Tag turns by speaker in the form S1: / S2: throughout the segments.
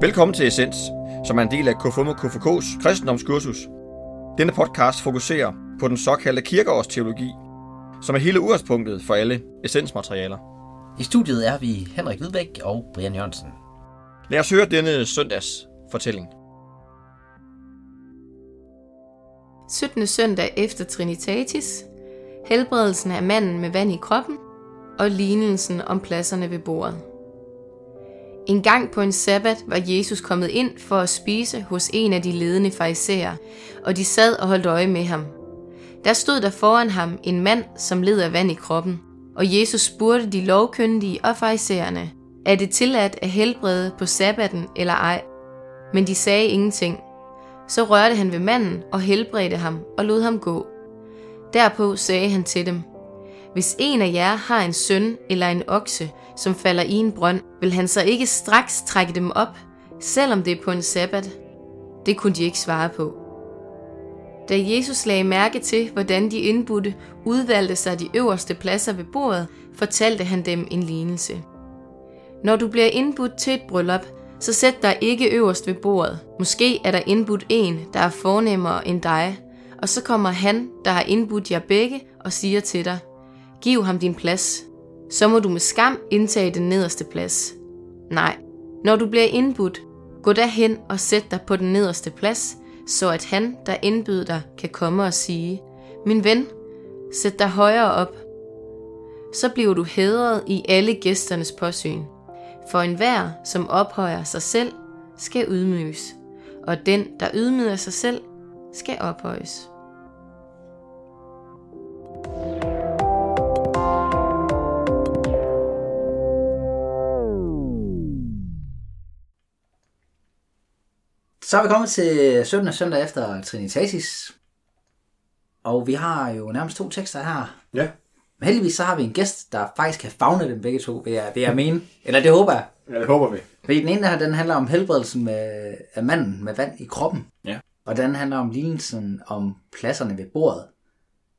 S1: Velkommen til Essens, som er en del af KFUM og KFK's kristendomskursus. Denne podcast fokuserer på den såkaldte kirkeårsteologi, som er hele udgangspunktet for alle essensmaterialer.
S2: I studiet er vi Henrik Hvidbæk og Brian Jørgensen.
S1: Lad os høre denne søndags fortælling.
S3: 17. søndag efter Trinitatis, helbredelsen af manden med vand i kroppen og lignelsen om pladserne ved bordet. En gang på en sabbat var Jesus kommet ind for at spise hos en af de ledende farisæer, og de sad og holdt øje med ham. Der stod der foran ham en mand, som led af vand i kroppen, og Jesus spurgte de lovkyndige og farisæerne, er det tilladt at helbrede på sabbaten eller ej? Men de sagde ingenting. Så rørte han ved manden og helbredte ham og lod ham gå. Derpå sagde han til dem, Hvis en af jer har en søn eller en okse, som falder i en brønd, vil han så ikke straks trække dem op, selvom det er på en sabbat? Det kunne de ikke svare på. Da Jesus lagde mærke til, hvordan de indbudte udvalgte sig de øverste pladser ved bordet, fortalte han dem en lignelse. Når du bliver indbudt til et bryllup, så sæt dig ikke øverst ved bordet. Måske er der indbudt en, der er fornemmere end dig, og så kommer han, der har indbudt jer begge, og siger til dig, giv ham din plads. Så må du med skam indtage den nederste plads. Nej, når du bliver indbudt, gå derhen og sæt dig på den nederste plads, så at han, der indbyder dig, kan komme og sige, min ven, sæt dig højere op. Så bliver du hædret i alle gæsternes påsyn. For enhver, som ophøjer sig selv, skal ydmyges, og den, der ydmyger sig selv, skal ophøjes.
S2: Så er vi kommet til 17. søndag efter Trinitatis. Og vi har jo nærmest to tekster her.
S4: Ja,
S2: Men heldigvis så har vi en gæst, der faktisk kan fagne dem begge to, vil jeg, vil jeg mene. Eller det håber jeg.
S4: ja det håber vi.
S2: Fordi den ene her, den handler om helbredelsen med, af manden med vand i kroppen.
S4: Ja.
S2: Og den handler om lignelsen om pladserne ved bordet,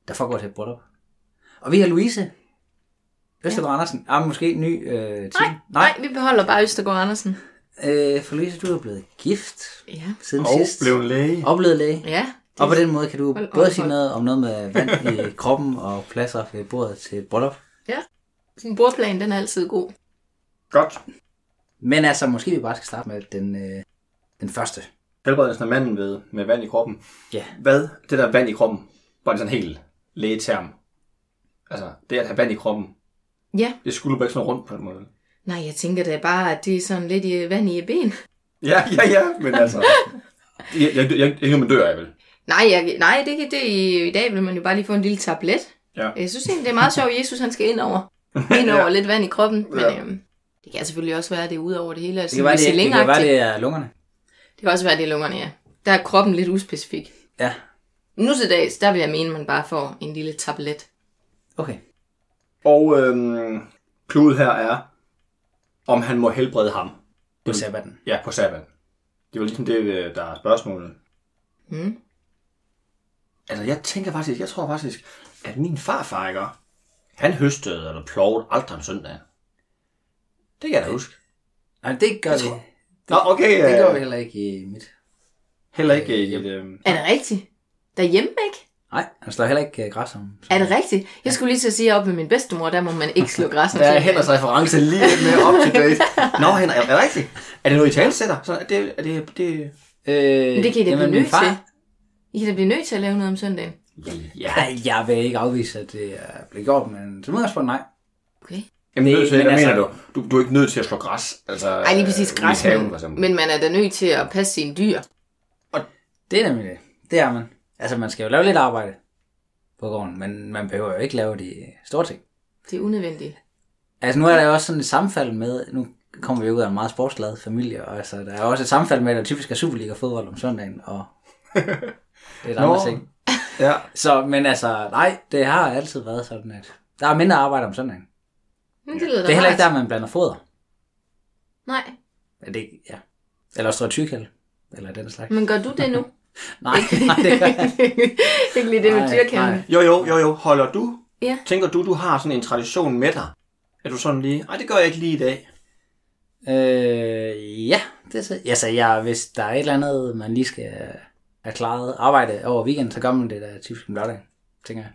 S2: der foregår til et bryllup. Og vi har Louise Østergaard Andersen. Ah, måske en ny øh, titel. Nej,
S3: Nej, vi beholder bare Østergaard Andersen.
S2: Øh, for Louise, du er blevet gift
S3: Ja.
S2: siden
S4: Og
S2: sidst.
S4: blev en læge.
S2: Og blevet læge.
S3: Ja.
S2: Og på den måde kan du
S3: Hold op,
S2: både sige
S3: hold.
S2: noget om noget med vand i kroppen og pladser ved bordet til et bryllup.
S3: Sin bordplan, den er altid god.
S4: Godt.
S2: Men altså, måske vi bare skal starte med den, øh, den første.
S4: Helbredelsen af manden ved, med vand i kroppen.
S2: Ja.
S4: Hvad? Det der vand i kroppen, var det sådan en helt lægeterm. Altså, det at have vand i kroppen,
S3: Ja.
S4: det skulle bare ikke sådan rundt på den måde.
S3: Nej, jeg tænker da bare, at det er sådan lidt i vand i ben.
S4: Ja, ja, ja, men altså... Jeg, jeg, jeg, jeg, jeg, man dør af, vel?
S3: Nej, jeg, nej det, kan, det i, i dag vil man jo bare lige få en lille tablet.
S4: Ja.
S3: Jeg synes egentlig, det er meget sjovt, at Jesus han skal ind over, ind over
S4: Ja.
S3: lidt vand i kroppen. Men
S4: Ja.
S3: øhm, det kan selvfølgelig også være, at det er ud over det hele.
S2: Det kan, være, det, det kan være,
S3: det.
S2: det er lungerne.
S3: det kan også være, at det er lungerne, ja. Der er kroppen lidt uspecifik.
S2: Ja,
S3: Nu til dags, der vil jeg mene, at man bare får en lille tablet.
S2: okay.
S4: Og øhm, kludet her er, om han må helbrede ham.
S2: På sabbaten.
S4: Ja, på sabbat. Det var ligesom det, øh, der er spørgsmålet.
S3: Mm.
S4: Altså, jeg tænker faktisk, jeg tror faktisk, at min farfar, ikke? Han høstede eller plovede aldrig om søndagen. Det kan jeg da huske.
S2: Nej, det gør
S4: Jeg
S2: vi.
S4: tror- Nå, okay.
S2: Det gør
S4: øh,
S2: vi heller ikke i mit.
S4: Heller ikke i et... Øh,
S3: Er det rigtigt? Derhjemme, ikke?
S2: Nej, han slår heller ikke øh, græs om.
S3: Er det rigtigt? Jeg skulle lige til at sige, at oppe ved min bedstemor, der må man ikke slå græs. om
S4: der er
S3: søndagen.
S4: Henriks reference lige lidt mere up to date. Nå, Henrik, er det rigtigt? Er det noget, I talsætter? Så er det, er det, det...
S2: Øh,
S3: Men det kan I da blive
S2: jamen, min
S3: nødt
S2: far-
S3: til. I kan da blive nødt til at lave noget om søndagen.
S4: Ja.
S2: Ej, jeg vil ikke afvise, at det er blevet gjort, men som udgangspunkt nej.
S3: Okay.
S4: Jamen, nødt til,
S2: men
S4: hvad
S2: altså-
S4: mener du? du? Du er ikke nødt til at slå græs. Altså,
S3: Ej, lige præcis
S4: øh,
S3: græs,
S4: i haven, for
S3: men,
S4: eksempel.
S3: men man er da nødt til at passe sine dyr.
S2: Det er nemlig det. Det er man. Altså, man skal jo lave lidt arbejde på gården, men man behøver jo ikke lave de store ting.
S3: Det er unødvendigt.
S2: Altså, nu er der jo også sådan et sammenfald med, nu kommer vi jo ud af en meget sportsladet familie, og altså, der er jo også et sammenfald med, at der typisk er Superliga-fodbold om søndagen, og det er
S4: Nå.
S2: andre ting.
S4: Ja.
S2: Så, men altså, nej, det har altid været sådan, at der er mindre arbejde om søndagen.
S3: Men det lyder
S2: Det er heller ikke
S3: rart.
S2: der, man blander foder.
S3: Nej,
S2: Er det, ikke- ja. Eller også tyrkæld, eller den slags.
S3: men gør du det nu?
S2: Nej, nej, det gør jeg ikke.
S3: ikke lige det med
S2: Nej,
S3: dyrkæmpe.
S2: nej.
S4: Jo, jo, jo, jo. Holder du?
S3: Ja.
S4: Tænker du, du har sådan en tradition med dig? Er du sådan lige, nej, det gør jeg ikke lige i dag.
S2: Øh, ja, det er så. Altså, ja, hvis der er et eller andet, man lige skal have klaret arbejde over weekenden, så gør man det da typisk om lørdagen, tænker jeg.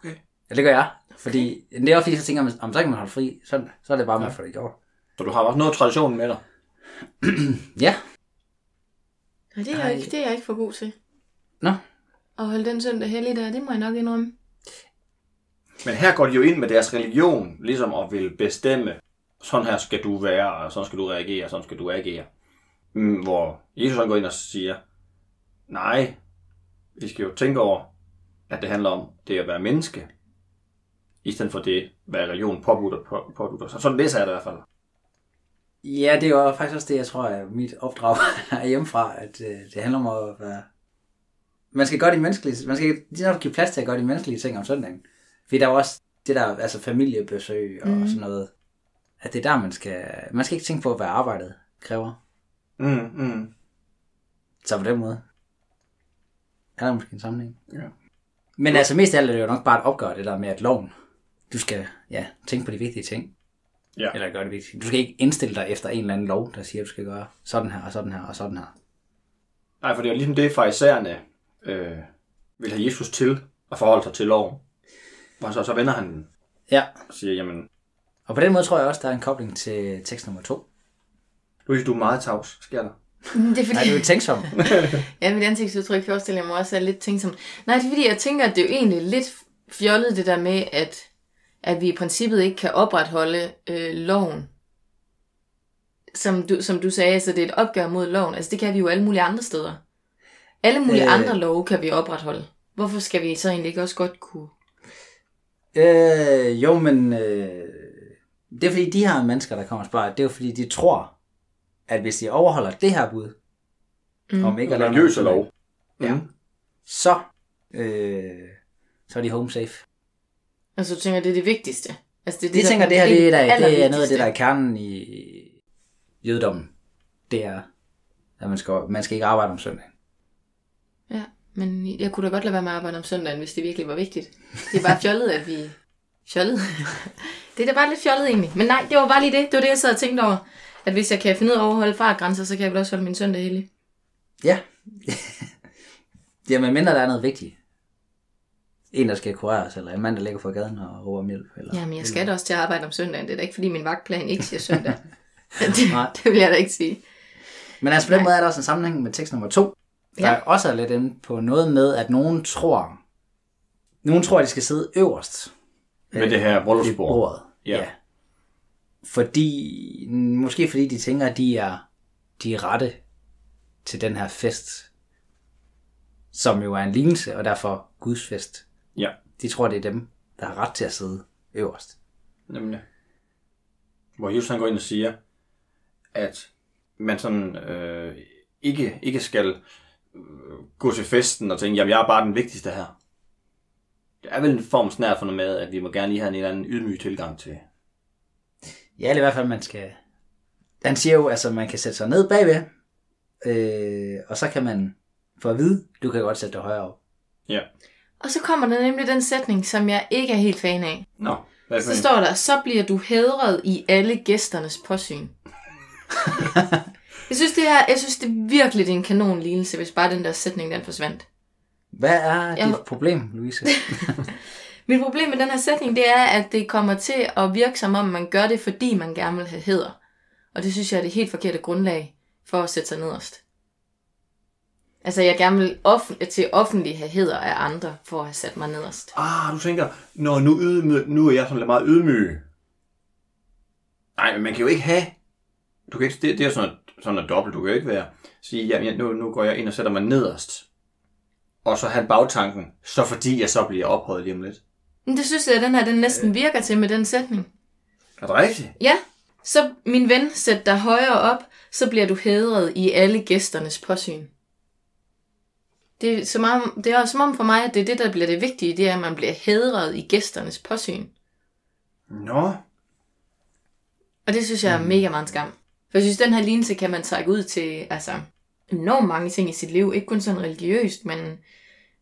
S4: Okay.
S2: Ja, det gør jeg. Fordi det er også fordi, så tænker man, om så kan man holde fri søndag. Så er det bare med at få det gjort.
S4: Så du har også noget tradition med dig.
S2: Ja,
S3: Nej, det er,
S2: Ej.
S3: jeg ikke, det er jeg ikke for god til.
S2: nå.
S3: At holde den søndag hellig der, det må jeg nok indrømme.
S2: Mm,
S4: Men her går de jo ind med deres religion, ligesom at vil bestemme, sådan her skal du være, og sådan skal du reagere, og sådan skal du agere. Mm, Hvor Jesus han går ind og siger, nej, vi skal jo tænke over, at det handler om det at være menneske, i stedet for det, hvad religion påbutter. På, påbutter. Så sådan læser jeg det i hvert fald.
S2: Ja, det var faktisk også det, jeg tror er mit opdrag hjemmefra, at øh, det handler om at være... Man skal gøre de menneskelige... Man skal lige nok give plads til at gøre de menneskelige ting om søndagen. Fordi der er jo også det der, altså familiebesøg og mm. sådan noget. At det er der, man skal... Man skal ikke tænke på, hvad arbejdet kræver.
S4: Mm, mm.
S2: Så på den måde. Er der måske en sammenhæng?
S4: Ja.
S2: Men altså mest af alt er det jo nok bare et opgør det der med, at loven... Du skal, ja, tænke på de vigtige ting.
S4: Ja.
S2: Eller gøre det vigtige. Du skal ikke indstille dig efter en eller anden lov, der siger, at du skal gøre sådan her og sådan her og sådan her.
S4: Nej, for det er jo ligesom det, farisæerne øh, vil have Jesus til at forholde sig til loven. Og så, så vender han den
S2: Ja,
S4: og siger, jamen,
S2: og på den måde tror jeg også, der er en kobling til tekst nummer to.
S4: Louise, du er meget tavs, sker der?
S3: Det er
S2: Nej,
S3: fordi,
S2: du er tænksom.
S3: ja, mit ansigtsudtryk forestiller jeg mig også er lidt tænksom. Nej, det er fordi, jeg tænker, at det er jo egentlig lidt fjollet det der med, at, at vi i princippet ikke kan opretholde øh, loven. Som du, som du sagde, så det er et opgør mod loven. Altså det kan vi jo alle mulige andre steder. Alle mulige
S2: Øh.
S3: øh... andre love kan vi opretholde. Hvorfor skal vi så egentlig ikke også godt kunne?
S2: øh, jo, men øh, det er fordi, de her mennesker, der kommer og spørger, det er jo fordi, de tror, at hvis de overholder det her bud, mm. om ikke at lave
S4: Religiøse
S2: noget,
S4: lov.
S2: Ja. så, øh, så er de home safe.
S3: Altså du tænker, det er det vigtigste. Altså, det er
S2: De
S3: der
S2: tænker,
S3: er
S2: det her det er, der, det er noget af
S3: allervigtigste.
S2: det, der er kernen i jødedommen. Det er, at man skal, man skal ikke arbejde om søndagen.
S3: Ja, men jeg kunne da godt lade være med at arbejde om søndagen, hvis det virkelig var vigtigt. Det er bare fjollet, at vi... Fjollet? det er da bare lidt fjollet egentlig. Men nej, det var bare lige det. Det var det, jeg sad og tænkte over. At hvis jeg kan finde ud af at overholde fartgrænser, så kan jeg vel også holde min søndag hellig.
S2: Ja. Jamen, mindre der er noget vigtigt. En, der skal kureres, eller en mand, der ligger på gaden og råber om hjælp. Eller...
S3: Jamen, jeg skal da også til at arbejde om søndagen. Det er da ikke, fordi min vagtplan ikke siger søndag. det,
S2: Nej.
S3: det vil jeg da ikke sige.
S2: Men altså, på den måde er der også en sammenhæng med tekst nummer to, der
S3: Ja.
S2: ja. også er lidt inde på noget med, at nogen tror, nogen tror, at de skal sidde øverst
S4: Med det her
S2: ved
S4: bryllupsbord.
S2: bordet.
S4: Ja.
S2: Fordi, måske fordi de tænker, at de er de er rette til den her fest, som jo er en lignelse, og derfor Guds fest.
S4: Ja.
S2: De tror, det er dem, der har ret til at sidde øverst.
S4: Nemlig. Hvor Jesus han går ind og siger, at man sådan øh, ikke, ikke skal øh, gå til festen og tænke, jamen jeg er bare den vigtigste her. Det er vel en form snært for noget med, at vi må gerne lige have en eller anden ydmyg tilgang til.
S2: Ja, eller i hvert fald, man skal... Han siger jo, altså, man kan sætte sig ned bagved, øh, og så kan man få at vide, du kan godt sætte dig højere op.
S4: Ja.
S3: Og så kommer der nemlig den sætning, som jeg ikke er helt fan af.
S4: Nå, hvad er det for
S3: Så
S4: en?
S3: står der, så bliver du hædret i alle gæsternes påsyn. jeg synes, det her, jeg synes det er virkelig det er en kanon lignelse, hvis bare den der sætning, den forsvandt.
S2: Hvad er
S3: Jeg-
S2: dit problem, Louise?
S3: Mit problem med den her sætning, det er, at det kommer til at virke som om, man gør det, fordi man gerne vil have hæder. Og det synes jeg er det helt forkerte grundlag for at sætte sig nederst. Altså, jeg gerne vil offen- til offentlig have hæder af andre, for at have sat mig nederst.
S4: Ah, du tænker, når nu, ydmy, nu er jeg sådan lidt meget ydmyg. Nej, men man kan jo ikke have... Du kan ikke, det, det er sådan noget, sådan noget dobbelt. Du kan jo ikke være, sige, jamen jeg- nu, nu går jeg ind og sætter mig nederst. Og så have bagtanken, så fordi jeg så bliver ophøjet lige om lidt.
S3: Men det synes jeg, at den her den
S4: Øh.
S3: næsten virker til med den sætning.
S4: Er det rigtigt?
S3: Ja, så min ven, sæt dig højere op, så bliver du hædret i alle gæsternes påsyn. Det er, som om, det er som om for mig, at det er det, der bliver det vigtige, det er, at man bliver hædret i gæsternes påsyn.
S4: Nå.
S3: Og det synes jeg er mega meget en skam. For jeg synes, den her lignelse kan man trække ud til altså, enormt mange ting i sit liv. Ikke kun sådan religiøst, men,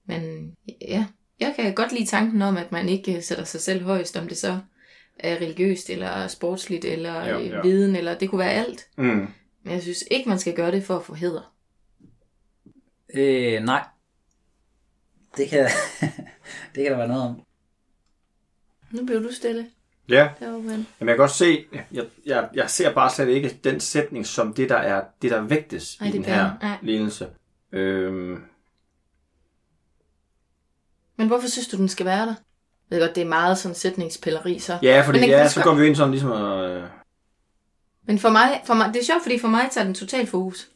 S3: men ja. Jeg kan godt lide tanken om, at man ikke øh, sætter sig selv højst, om det så øh, religiøst, eller sportsligt, eller
S4: Ja,
S3: ja, ja.
S4: ja.
S3: viden, eller det kunne være alt.
S4: Mm.
S3: Men jeg synes ikke, man skal gøre det for at få heder.
S2: Øh, nej. Det kan, det kan der være noget om.
S3: Nu blev du stille.
S4: Ja,
S3: Der var man.
S4: men jeg kan godt se, jeg, jeg, jeg ser bare slet ikke den sætning som det, der er det, der vægtes
S3: Ej,
S4: i
S3: det
S4: den
S3: gør
S4: her
S3: jeg. Ej.
S4: lignelse. Øhm,
S3: Men hvorfor synes du, den skal være der? Jeg ved godt, det er meget sådan sætningspilleri, så.
S4: ja, fordi
S3: Men den kan
S4: ja,
S3: lige
S4: så
S3: så
S4: går vi jo ind sådan ligesom og... Øh,
S3: Men for mig, for mig, det er sjovt, fordi for mig tager den totalt fokus.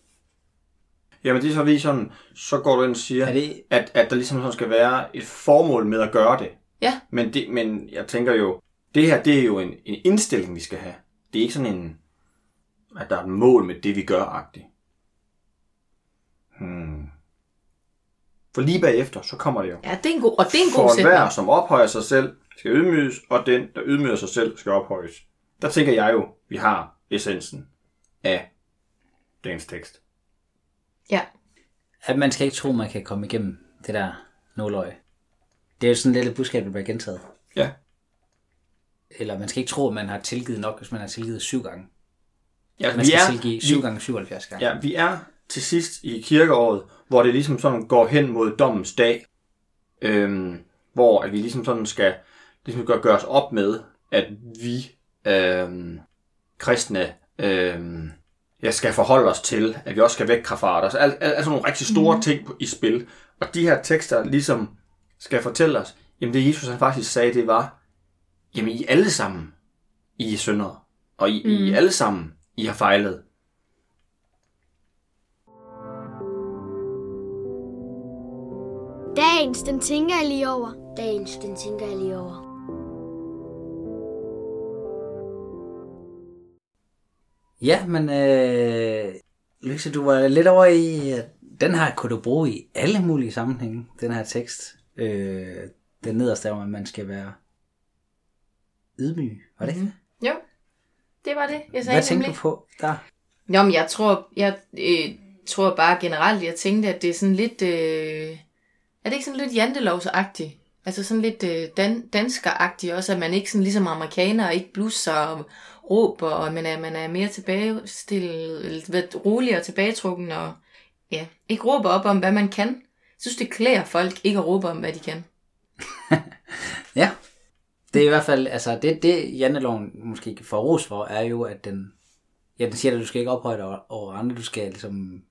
S4: jamen det er så vi sådan, så går du ind og
S2: Er
S4: siger,
S2: det,
S4: at, at der ligesom sådan skal være et formål med at gøre det.
S3: Ja.
S4: Men, det, men jeg tænker jo, det her, det er jo en, en indstilling, vi skal have. Det er ikke sådan en, at der er et mål med det, vi gør, agtigt. Hmm. For lige bagefter, så kommer det jo.
S3: Ja, det er en god, og det er en god
S4: For
S3: sætning.
S4: enhver, som ophøjer sig selv, skal ydmyges, og den, der ydmyger sig selv, skal ophøjes. Der tænker jeg jo, vi har essensen af dagens tekst.
S3: Ja.
S2: at man skal ikke tro, man kan komme igennem det der nåløje. Det er jo sådan lidt et budskab, der bliver gentaget.
S4: Ja.
S2: Eller man skal ikke tro, at man har tilgivet nok, hvis man har tilgivet syv gange.
S4: ja
S2: Man skal
S4: vi er-
S2: tilgive
S4: vi-
S2: syv gange 77 gange.
S4: Ja, vi er til sidst i kirkeåret, hvor det ligesom sådan går hen mod dommens dag, øhm, hvor at vi ligesom sådan skal ligesom gøre, gøre os op med, at vi øhm, kristne øhm, ja, skal forholde os til, at vi også skal væk krafarter. Altså, al, al, altså nogle rigtig store mm. ting på- i spil. Og de her tekster ligesom skal fortælle os, jamen det Jesus han faktisk sagde, det var, jamen I er alle sammen, I er syndere. Og I, mm. I er alle sammen, I har fejlet.
S5: Dagens, den tænker jeg lige over. Dagens, den tænker jeg lige over.
S2: Ja, men øh, Lykke, du var lidt over i, at den her kunne du bruge i alle mulige sammenhænge, den her tekst. Øh, den nederste er, jo, at man skal være ydmyg, var det ikke? Mm-hmm.
S3: Jo, det var det, jeg sagde
S2: Hvad tænkte du på der?
S3: Nå, men jeg tror, jeg øh, tror bare generelt, jeg tænkte, at det er sådan lidt... Øh, er det ikke sådan lidt jantelovsagtigt? Altså sådan lidt øh, dan- danskeragtigt også, at man ikke sådan ligesom amerikaner ikke blusser og råber, og man er, man er mere tilbagestillet, eller hvad, roligere og tilbagetrukken, og ja, ikke råber op om, hvad man kan. Jeg synes, det klæder folk ikke at råbe om, hvad de kan.
S2: Ja, det er i hvert fald, altså det, det Janneloven måske får ros for, er jo, at den, ja, den siger, at du skal ikke ophøje dig over, over andre, du skal ligesom,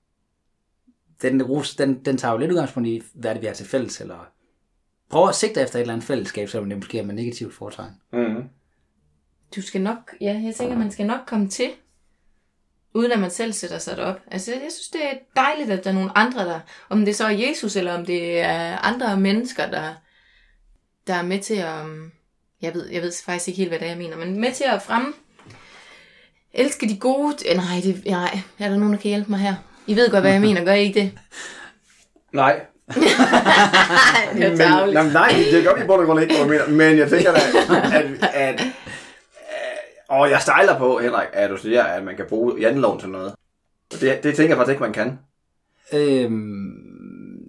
S2: den ros, den, den tager jo lidt udgangspunkt i, hvad er det, vi har til fælles, eller prøv at sigte efter et eller andet fællesskab, selvom det måske er med negativt foretegn.
S4: Mm.
S3: du skal nok, ja, jeg tænker, man skal nok komme til, uden at man selv sætter sig derop. Altså, jeg synes, det er dejligt, at der er nogle andre, der, om det så er Jesus, eller om det er andre mennesker, der, der er med til at, um, jeg ved, jeg ved faktisk ikke helt, hvad det er, jeg mener, men med til at fremme, elske de gode, eh, nej, det, nej, er der nogen, der kan hjælpe mig her? I ved godt, hvad jeg mener, gør I ikke det?
S4: Nej,
S3: Nej, det er
S4: men,
S3: tarveligt.
S4: nej, nej, det kan godt blive bund og grund ikke, hvad du mener, men jeg tænker da, at, at, at og jeg stejler på, Henrik, at du siger, at man kan bruge janteloven til noget. Og Det, det tænker jeg faktisk ikke, man kan.
S2: Øhm,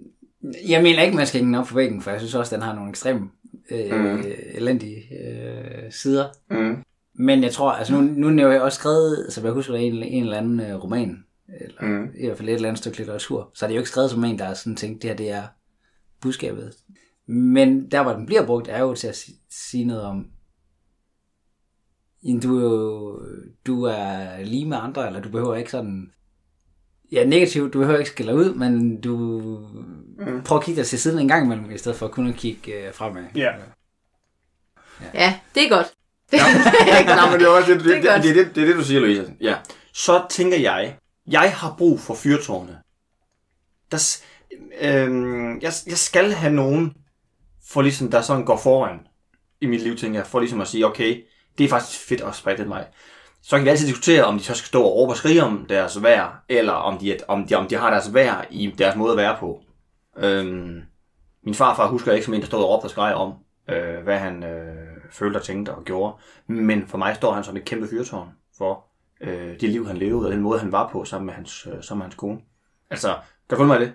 S2: jeg mener ikke, man skal hænge den op på væggen, for jeg synes også, den har nogle ekstreme, øh,
S4: Mhm.
S2: mm. elendige øh, sider.
S4: Mm.
S2: Men jeg tror, altså nu, nu er jeg jo også skrevet, som jeg husker, en, en eller anden øh, roman, eller
S4: Mm.
S2: mm. i hvert fald et eller andet stykke litteratur, så er det jo ikke skrevet som en, der er sådan tænkt, det her det er budskabet. Men der, hvor den bliver brugt, er jo til at si- sige noget om, "Jamen, du er jo du er lige med andre, eller du behøver ikke sådan, ja negativt, du behøver ikke skille ud, men du mm. prøver at kigge dig til siden en gang imellem, i stedet for kun at kigge øh, fremad.
S4: Ja.
S3: Ja, det er godt.
S4: Nej, men det er også det, det,
S3: Det er
S4: det,
S3: godt.
S4: det, det, det, det, er det, du siger, Louise. Ja. Så tænker jeg, jeg har brug for fyrtårne. Der, s- øhm, jeg, jeg skal have nogen, for ligesom, der sådan går foran i mit liv, tænker jeg, for ligesom at sige, okay, det er faktisk fedt at sprede mig. Så kan vi altid diskutere, om de så skal stå og råbe og skrige om deres vejr, eller om de, om de, om de har deres vejr i deres måde at være på. Øhm, min farfar husker jeg ikke som en, der stod og råbte og skreg om, øh, hvad han øh, følte og tænkte og gjorde. Men for mig står han som et kæmpe fyrtårn for øh, det liv, han levede, og den måde, han var på sammen med hans, øh, sammen med hans kone. Altså, kan du følge mig i det?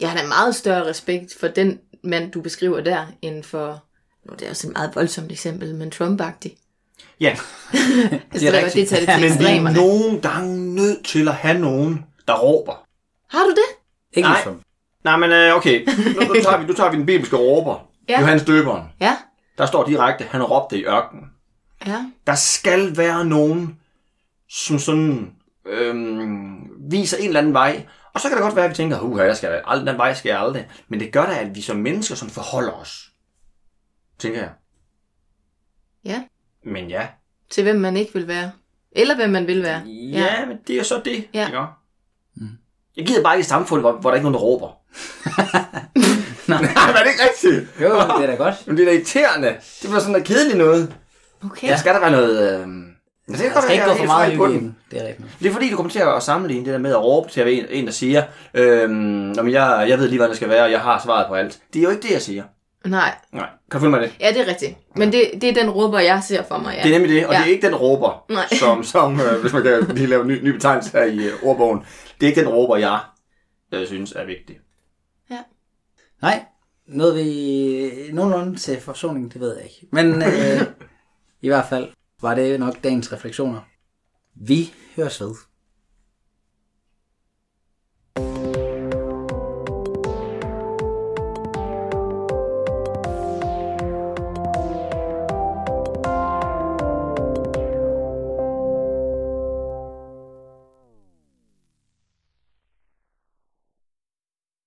S3: Jeg har da meget større respekt for den mand, du beskriver der, end for... Nu er det også et meget voldsomt eksempel, men trump -agtig.
S4: Ja,
S3: Altså, det, er
S2: rigtigt.
S3: det tager det til
S4: men vi er
S3: ekstremerne.
S4: nogle gange nødt til at have nogen, der råber.
S3: Har du det?
S2: Ikke ligesom.
S4: Nej.
S2: som.
S4: Nej, men øh, okay, nu, nu, tager vi, nu tager vi den bibelske råber.
S3: Ja.
S4: Ja. Johannes døberen.
S3: Ja.
S4: Der står direkte, han råbte i ørkenen.
S3: Ja.
S4: Der skal være nogen, som sådan øhm, viser en eller anden vej. Og så kan det godt være, at vi tænker, uh, jeg skal aldrig, den vej skal jeg aldrig. Men det gør da, at vi som mennesker sådan forholder os. Tænker jeg.
S3: Ja.
S4: Men ja.
S3: Til hvem man ikke vil være. Eller hvem man vil være.
S4: Ja, ja men det er jo så det.
S3: Ja.
S4: Ikke?
S2: Mm.
S4: Jeg gider bare ikke et samfund, hvor, hvor der ikke er nogen, der råber. Nej, men er det ikke rigtigt?
S2: Jo, det er da godt.
S4: Men det er da irriterende. Det var sådan noget kedeligt noget.
S3: Okay.
S4: Ja. Der skal der være noget... Øh... Det
S2: Jeg skal ikke gå for meget
S4: på
S2: i
S4: den.
S2: den. Det er rigtigt.
S4: Det er fordi, du kommer til at sammenligne det der med at råbe til en, en der siger, øhm, "Nå, men jeg, jeg ved lige, hvad det skal være, og jeg har svaret på alt. Det er jo ikke det, jeg siger.
S3: Nej.
S4: Nej, kan du følge mig det?
S3: Ja, det er rigtigt. Men det, det er den råber, jeg ser for mig, ja.
S4: Det er nemlig det, og
S3: Ja.
S4: ja. det er ikke den råber,
S3: Nej.
S4: som, som øh, hvis man kan lige lave en ny, ny betegnelse her i øh, ordbogen. Det er ikke den råber, jeg øh, synes er vigtig.
S2: Nej, nåede vi nogenlunde til forsoning, det ved jeg ikke. Men øh, i hvert fald var det nok dagens refleksioner. Vi høres ved.